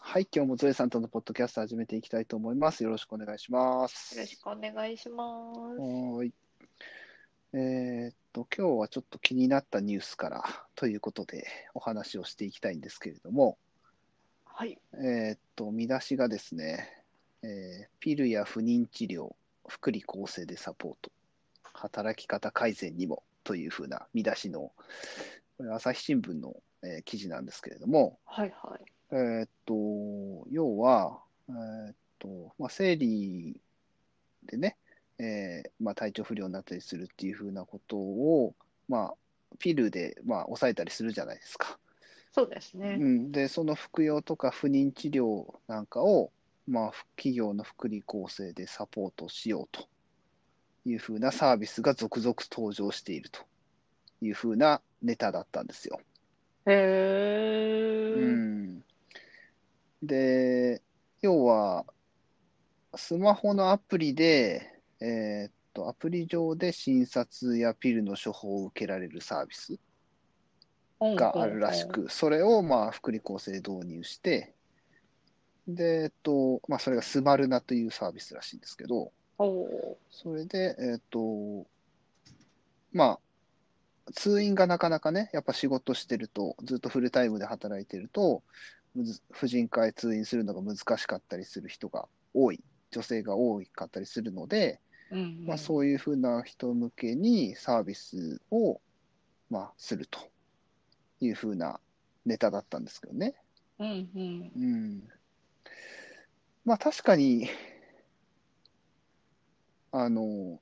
はい、今日もゾエさんとのポッドキャスト始めていきたいと思います。よろしくお願いします。よろしくお願いします。はーい。えーっと、今日はちょっと気になったニュースからということでお話をしていきたいんですけれども、はい。えーっと、見出しがですね、えーピルや不妊治療、福利厚生でサポート、働き方改善にもというふうな見出しの、これ朝日新聞の、えー記事なんですけれども、はいはい。えーっと、要は、えーっと、まあ、生理でね、えーまあ、体調不良になったりするっていうふうなことを、まあ、ピルで、まあ、抑えたりするじゃないですか。そうですうね。ん、で、その服用とか不妊治療なんかを、まあ、企業の福利厚生でサポートしようというふうなサービスが続々登場しているというふうなネタだったんですよ。へえ。うんで、要は、スマホのアプリで、えーっと、アプリ上で診察やピルの処方を受けられるサービスうんがあるらし。く、それを、まあ、福利厚生で導入して、で、えっと、まあ、それがスマルナというサービスらしいんですけど、おおそれで、えっと、まあ、通院がなかなかね、やっぱ仕事してると、ずっとフルタイムで働いてると、むず婦人科へ通院するのが難しかったりする人が多い、女性が多かったりするので、ー。うん、まあ、うそういうふうな人向けにサービスを、まあ、するというふうなネタだったんですけどね。ん。うんうん。うんまあ確かに、あの、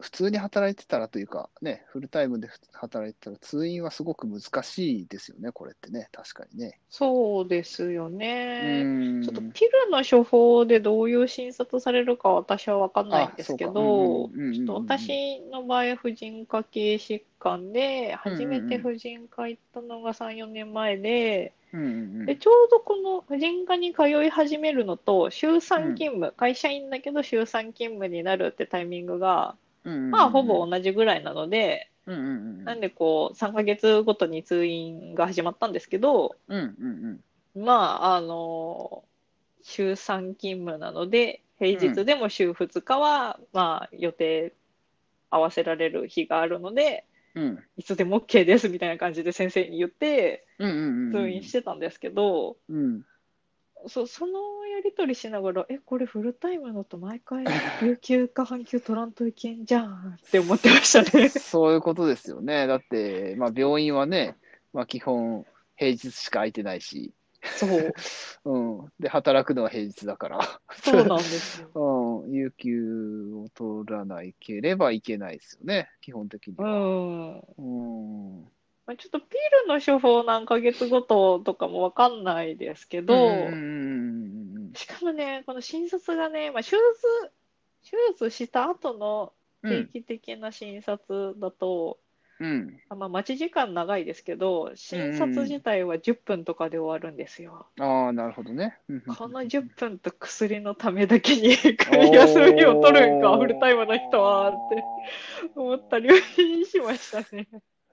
普通に働いてたらというか、ね、フルタイムでふ働いてたら通院はすごく難しいですよね、これってね、確かにね。そうですようね。ん。ちょっとピルの処方でどういう診察されるか私は分かんないんですけど、ちょっと私の場合、婦人科系疾患で、初めて婦人科行ったのが3、4年前で、で、ちょうどこの婦人科に通い始めるのと、週3勤務、会社員だけど週3勤務になるってタイミングが、まあ、ほぼ同じぐらいなので、ななんでこう、3ヶ月ごとに通院が始まったんですけど、うんうんまあ、あの週3勤務なので、平日でも週2日は、まあ、予定合わせられる日があるので、うんうんいつでも OK ですみたいな感じで先生に言って、うんうんうん通院してたんですけど、うんそそのやり取りしながらえこれフルタイムだと毎回有給か半休取らんといけんじゃんって思ってましたねそういうことですよね。だって、まあ、病院はね、まあ、基本平日しか空いてないし、 そううん、で働くのは平日だから、そうなんですよ うん、有給を取らないければいけないですよね、基本的に うは。んうん、うんまあちょっとピルの処方何ヶ月ごととかもわかんないですけど、うんしかもねこの診察がね、まあ、手術手術した後のうん定期的な診察だと、うん、あまあ、待ち時間長いですけど診察自体は10分とかで終わるんですよ。ああ、なるほどね。うんこの10分と薬のためだけに休みを取るんか、フルタイムの人はって思ったりしましたね。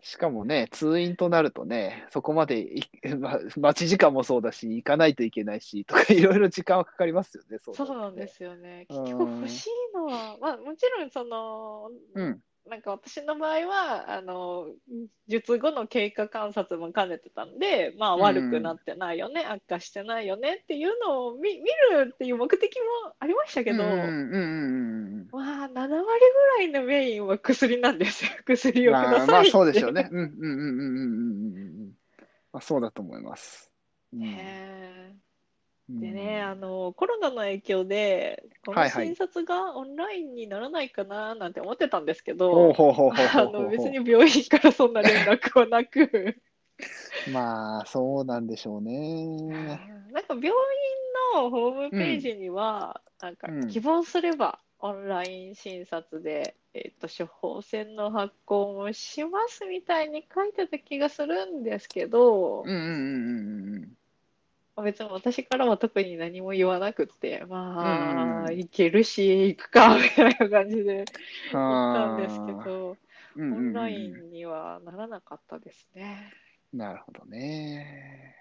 しかもね、通院となるとね、そこまでい ま待ち時間もそうだし、行かないといけないし、とかいろいろ時間はかかりますよね、そ。そうなんですすよね。うん結局欲しいのは、まあもちろんその、うん、なんか私の場合は、あの、術後の経過観察も兼ねてたんで、まあうん悪くなってないよね、悪化してないよねっていうのを見見るっていう目的もありましたけど、うんうんうんうんまあ7割ぐらいのメインは薬なんですよ。薬をくだまさいあ、って。まあそうでしょうね。うんうんうんうんうんうんうん。まあそうだと思います。うんねうんえでね、あのコロナの影響でこはのいはい診察がオンラインにならないかななんて思ってたんですけほうど、ほうほうほうあほうほうの別に病院からそんな連絡はなく、まあそうなんでしょうなんかね。病院のホームページには、なんかうん希望すればオンライン診察で、えっと処方箋の発行もしますみたいに書いてた気がするんですけど、うんうんうんうんうん。別に私からは特に何も言わなくって、うんうまあ、ん行けるし、行くか、 みたいな感じで行ったんあですーけど、うんうオんうんンラインにはならなかったですね。なるほどね。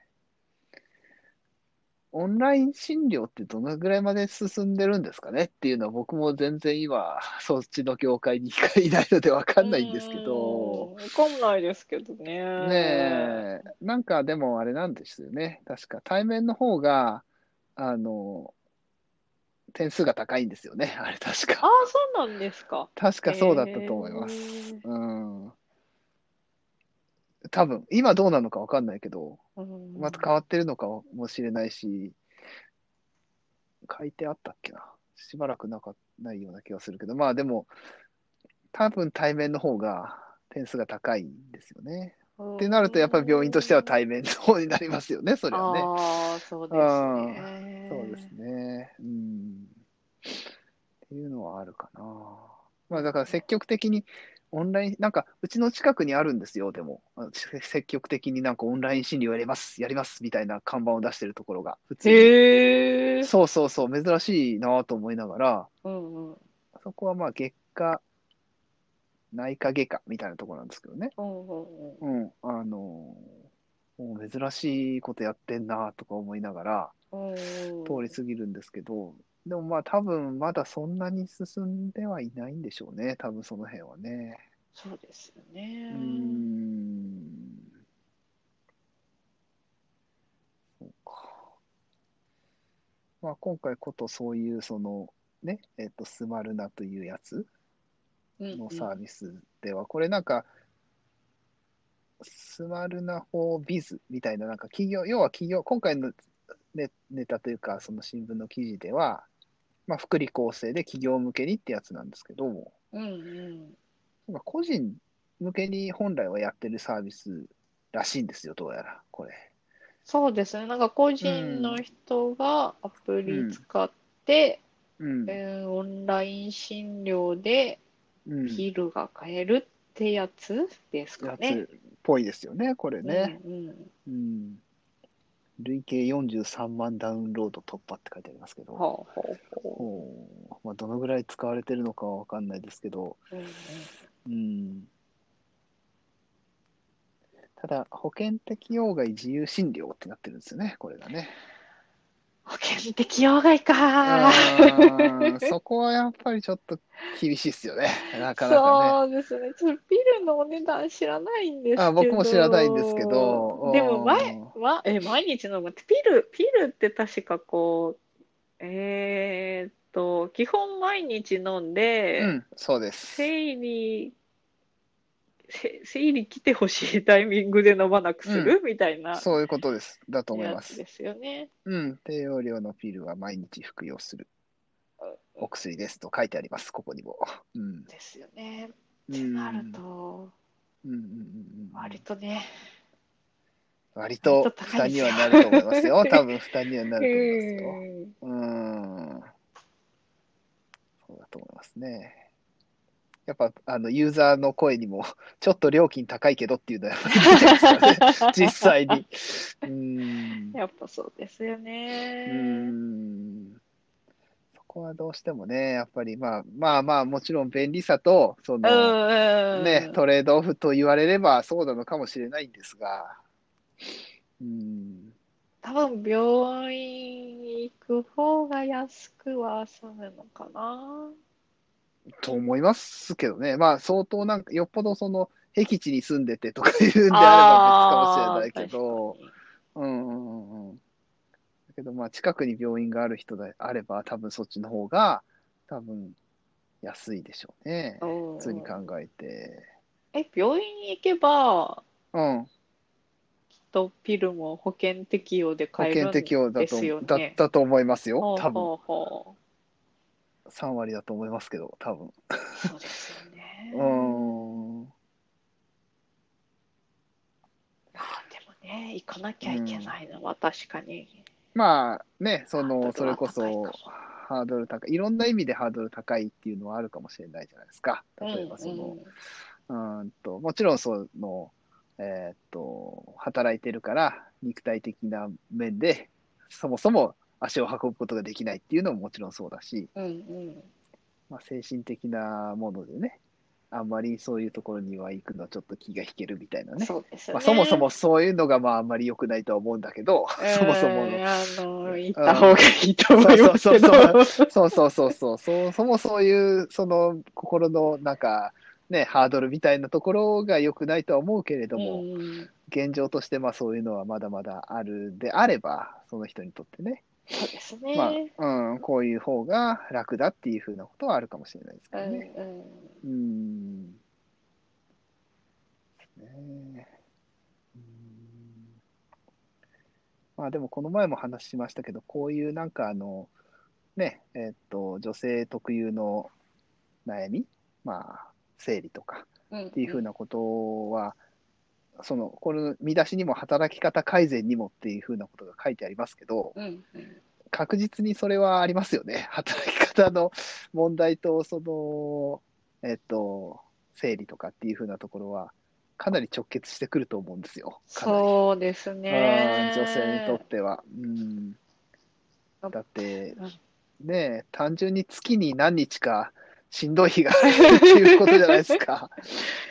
オンライン診療ってどのぐらいまで進んでるんですかねっていうのは僕も全然今そっちの業界にいないのでわかんないんですけどうーんわかんないですけどね。ねえなんかでもあれなんですよね確か対面の方があの点数が高いんですよねあれ確ああかそうなんですか。確かそうだったと思います、へえうん多分今どうなのかわかんないけどうんまた変わってるのかもしれないし、書いてあったっけな。しばらくなかないような気がするけど、まあでも、多分対面の方が点数が高いんですよね。ってなると、やっぱり病院としては対面の方になりますよね、それはね。ああそうですね。そうですね。うん。っていうのはあるかな。まあだから積極的にオンライン、なんかうちの近くにあるんですよ、でも。あち積極的になんかオンライン診療やります、やりますみたいな看板を出してるところが、普通にへえ。そうそうそう、珍しいなと思いながら、うんうんそこはまあ月下、内科外科みたいなところなんですけどね。うんうんうん。うん、あのもう珍しいことやってんなとか思いながら、通り過ぎるんですけど、でもまあ多分まだそんなに進んではいないんでしょうね、多分その辺はね。そうですようねー。ん。そうか。まあ今回ことそういうその、ね、えっと、スマルナというやつうんうんのサービスでは、これなんか、スマルナ法ビズみたいな、なんか企業、要は企業、今回のネネタというか、その新聞の記事では、まあ、福利厚生で企業向けにってやつなんですけども、うんうん。なんか個人向けに本来はやってるサービスらしいんですよ、どうやら、これ。そうですね。なんか個人の人がアプリ使って、うん。えーオンライン診療でうん、ピルが買えるってやつですかやね。つっぽいですよね、これね。うんうん。うん。累計43万ダウンロード突破って書いてありますけど。はあはあはおーまあ、どのぐらい使われてるのかは分かんないですけど、あ。うんうんうん、ただ保険適用外自由診療ってなってるんですよねこれがね保険適用外か。うんそこはやっぱりちょっと厳しいっすよねなかなかねそうですね。ちょっとピルのお値段知らないんですけど。あ僕も知らないんですけどでも前、うんま、え、毎日飲むって、ピル、ピルって確かこう、えーっと、基本毎日飲んで、うんそうです生理、せ生理来てほしいタイミングで飲まなくする、みたいなそういうことですだと思いやまつすですよね。うん低用量のピルは毎日服用するお薬ですと書いてありますここにもうんですよね。うってんなると、うんうんうんうん割とね、割と負担にはなると思います よ。多分負担にはなると思いますよ。うんうーん。そうだと思いますね。やっぱ、あの、ユーザーの声にも、 ちょっと料金高いけどっていうのは出てますからね、 実際に。うーん。やっぱそうですようね。ーん。そこはどうしてもね、やっぱり、まあまあまあ、もちろん便利さと、その、うんうんね、トレードオフと言われればそうなのかもしれないんですが、うーん。多分病院行く方が安くは済むのかな。と思いますけどね、まあ相当なんか、よっぽどその、僻地に住んでてとかいうんであればあ別かもしれないけど、うんうんうんうん。だけどまあ近くに病院がある人であれば、多分そっちの方が、多分安いでしょうねー、。確かにうん普通に考えて。え、病院に行けば、うん、きっとピルも保険適用で保買え険るんで適用だと、すよねだったと思いますよほ。う多分ほうほ3割だと思いますけど、多分。うそうですよね。うーん。まあでもね、行かなきゃいけないのは確かに。まあね、そハの、ードルそれはこ高いかそも、ハードル高い、いろんな意味でハードル高いっていうのはあるかもしれないじゃないですか。例えば、その、うーんと、もちろん、その、えーっと、働いてるから、肉体的な面で、そもそも足を運ぶことができないっていうのももちろんそうだし、うんうんうんまあ、精神的なものでね、あんまりそういうところには行くのはちょっと気が引けるみたいなね。そうですね。まあ、そもそもそういうのがまああんまり良くないとは思うんだけど、そもそもえーあの、行った方がいいと思いますけど。そうそうそうそう、そうそもそういうその心のなんか、ね、ハードルみたいなところが良くないとは思うけれども、うん現状としてまあそういうのはまだまだあるであれば、その人にとってね、そうですね。まあうん、こういう方が楽だっていうふうなことはあるかもしれないですけどうんね。うんうん。ねえうんまあでもこの前も話しましたけど、こういうなんかあの、ね、えっと、女性特有の悩み、まあ、生理とかうん、っっていうふうなことは、その、この見出しにも働き方改善にもっていうふうなことが書いてありますけど、うんうん確実にそれはありますよね。 働き方の問題と、その、えっと、生理とかっていう風なところは、かなり直結してくると思うんですよ。かなりそうですね。うん女性にとっては。うん、だって、ねえ単純に月に何日かしんどい日があるっていうことじゃないです か。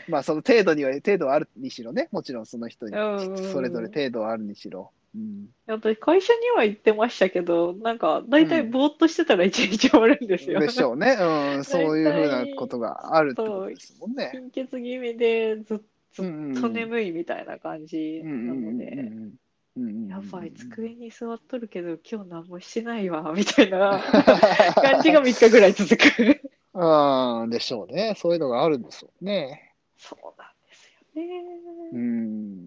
まあ、その程度には、程度はあるにしろね、もちろんその人に、うんうんそれぞれ程度はあるにしろ。うん私会社には行ってましたけど、なんか大体ぼーっとしてたら一日終わるんです よ。でしょうね。うん、そういうふうなことがあるってことですもんね。貧血気味でずっううんと眠いみたいな感じうんなうんうんのうんで、うんうんうんやばい、机に座っとるけど今日何もしてないわ、みたいな 感じが3日ぐらい 続く。うん、でしょうね。そういうのがあるんですよね。そうなんですうよね。ん。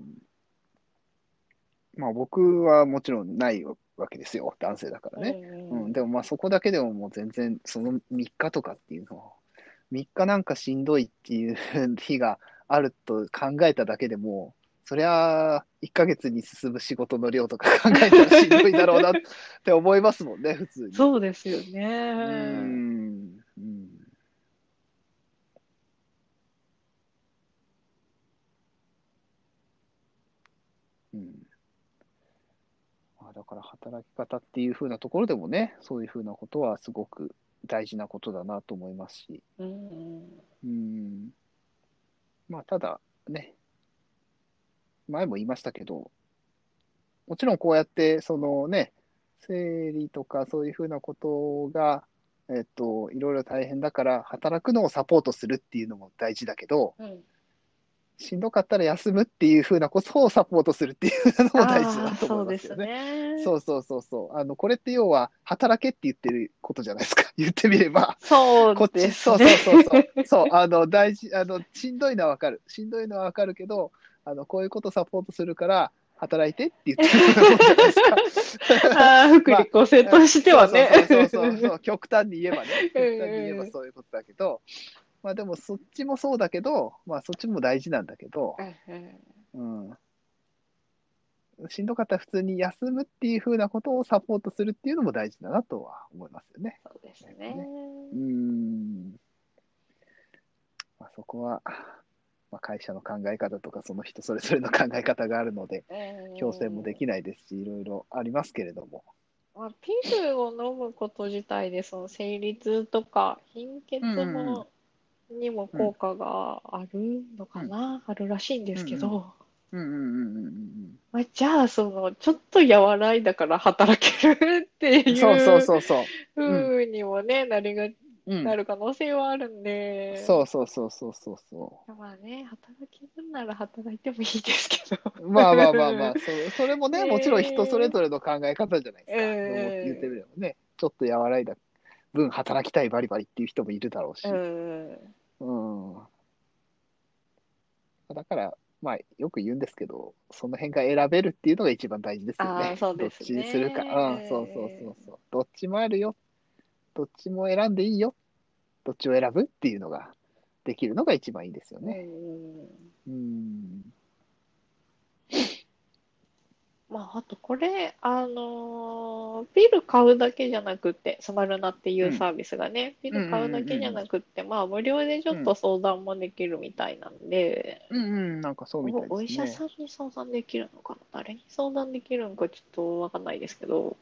まあ僕はもちろんないわけですよ。男性だからね。うんうん、でもまあそこだけでももう全然その3日とかっていうのは、3日なんかしんどいっていう日があると考えただけでも、そりゃ1ヶ月に進む仕事の量とか考えたらしんどいだろうなって思いますもんね、普通に。そうですよね。うんうんうんまあだから働き方っていう風なところでもね、そういう風なことはすごく大事なことだなと思いますし、うんうんうん、まあただね、前も言いましたけど、もちろんこうやって、そのね、生理とかそういうふうなことが、えっと、いろいろ大変だから、働くのをサポートするっていうのも大事だけど、うんしんどかったら休むっていうふうなことをサポートするっていうのも大事だあとーそ思いうまですすよね。ね。そうそうそうそう。あの、これって要は、働けって言ってることじゃないですか。言ってみれば。そうこっち、ですそうね。そうそうそう。そう、あの、大事、あの、しんどいのはわかる。しんどいのはわかるけど、あの、こういうことサポートするから、働いてって言ってることじゃないですか。 ああ、福利厚生としてはね。そうそうそうそうそう、極端に言えばね。極端に言えばそういうことだけど、まあでもそっちもそうだけど、まあそっちも大事なんだけど、うん。しんどかったら普通に休むっていうふうなことをサポートするっていうのも大事だなとは思いますよね。そうですね。うーんまあ、そこは、まあ、会社の考え方とかその人それぞれの考え方があるので強制もできないですしいろいろありますけれども。まあ、ピルを飲むこと自体でその生理痛とか貧血も、にも効果があるのかな、あるらしいんですけど、うんうんうんうんうんうんまあ、じゃあそのちょっと和らいだから働けるってういん、そうそううそうそう。ふうにもね、なりがうん、なる可能性はあるんで、そうそうそうそうそうそまあね働けるなら働いてもいいですけど。う。まあまあまあ まあ、そうそれもね、ねえもちろん人それぞれの考え方じゃないですか。ええ言ってみればね、ちょっと和らいだ分働きたいバリバリっていう人もいるだろうし。 うんうんだから、まあ、よく言うんですけど、その辺が選べるっていうのが一番大事ですよあね。ーそうですどねっちにするか。うん、そうそうそうそう。どっちもあるよ。どっちも選んでいいよ。どっちを選ぶっていうのができるのが一番いいですよね。ううんん。まあ、あとこれ、あのービル買うだけじゃなくて、スマルナっていうサービスがね、ビル買うだけじゃなくて、まあ、無料でちょっと相談もできるみたいなんで、うんうん、なんかそうみたいですね。お医者さんに相談できるのかな、誰に相談できるのかちょっとわかんないですけど、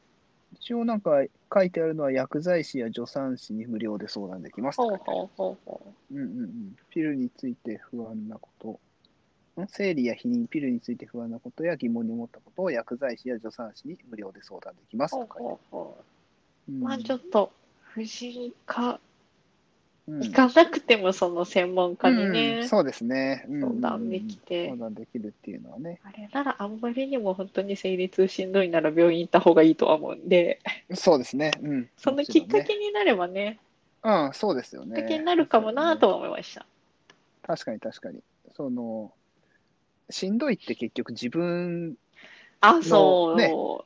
一応なんか書いてあるのは薬剤師や助産師に無料で相談できますってほ書ういてあるほうほうほうんうんうん。ピルについて不安なこと。ん生理や避妊、ピルについて不安なことや疑問に思ったことを薬剤師や助産師に無料で相談できますう。ほうとか言ってほうほうんう。まあちょっと、婦人科、うん行かなくてもその専門家にうんね、そうですね。うんうんうん相談できて相談できるっていうのはね。あれならあんまりにも本当に生理痛しんどいなら病院行った方がいいとは思う んで、そうですね。うん。そのもきちっろんかねけになればね、うん、そうですよきっね。かけになるかもなとは思いました。確かに確かに。その、しんどいって結局自分、あ、そう。ねそ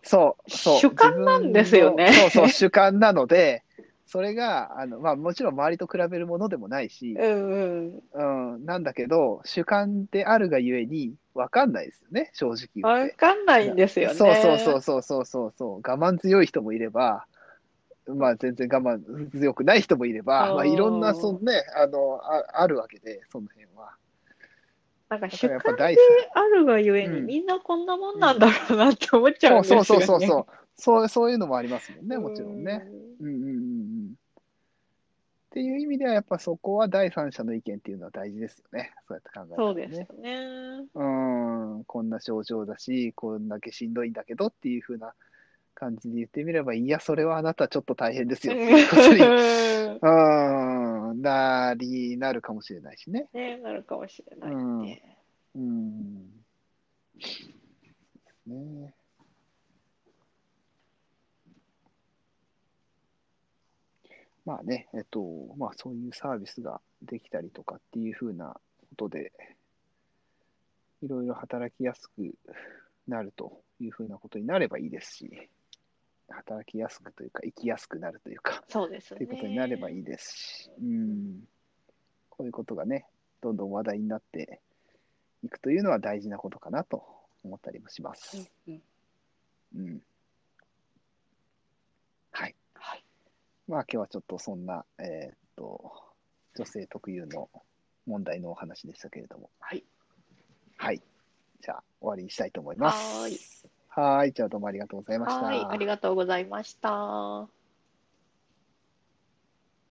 う、そう。主観なんですよね自分の そうそう、主観なので、それが、あの、まあもちろん周りと比べるものでもないし、うんうん。うん、なんだけど、主観であるがゆえに、わかんないですよね、正直言っわて。かんないんですよね。そうそうそうそうそうそうそう、我慢強い人もいれば、まあ全然我慢強くない人もいれば、あーまあいろんな、そのね、あの、ああるわけで、その辺は。なんかだ主からやっぱ観第で三あるがゆえに、うんみんなこんなもんなんだろうなって思っちゃうんですよそうね。そうそうそうそう、そういうのもありますもんね、うもちろんね。。うんうんうんうん。っていう意味では、やっぱそこは第三者の意見っていうのは大事ですよね。そうやって考えたらそねうですよね。 うーん、こんな症状だし、こんだけしんどいんだけどっていう風な感じで言ってみれば、いや、それはあなたちょっと大変ですよっていうことに、う ねーん、なり、なるかもしれないしね。なるかもしれないね。うーん。ねまあね、えっと、まあそういうサービスができたりとかっていうふうなことで、いろいろ働きやすくなるというふうなことになればいいですし、働きやすくというか、生きやすくなるというか、そうですね。ということになればいいですし、うん、こういうことがね、どんどん話題になっていくというのは大事なことかなと思ったりもしまうんす。うんうん、はい。はいまあ今日はちょっとそんな、えーっと、女性特有の問題のお話でしたけれども。はい。はい。じゃあ終わりにしたいと思います。はーいはーい。じゃあどうもありがとうございました。はい、ありがとうございました。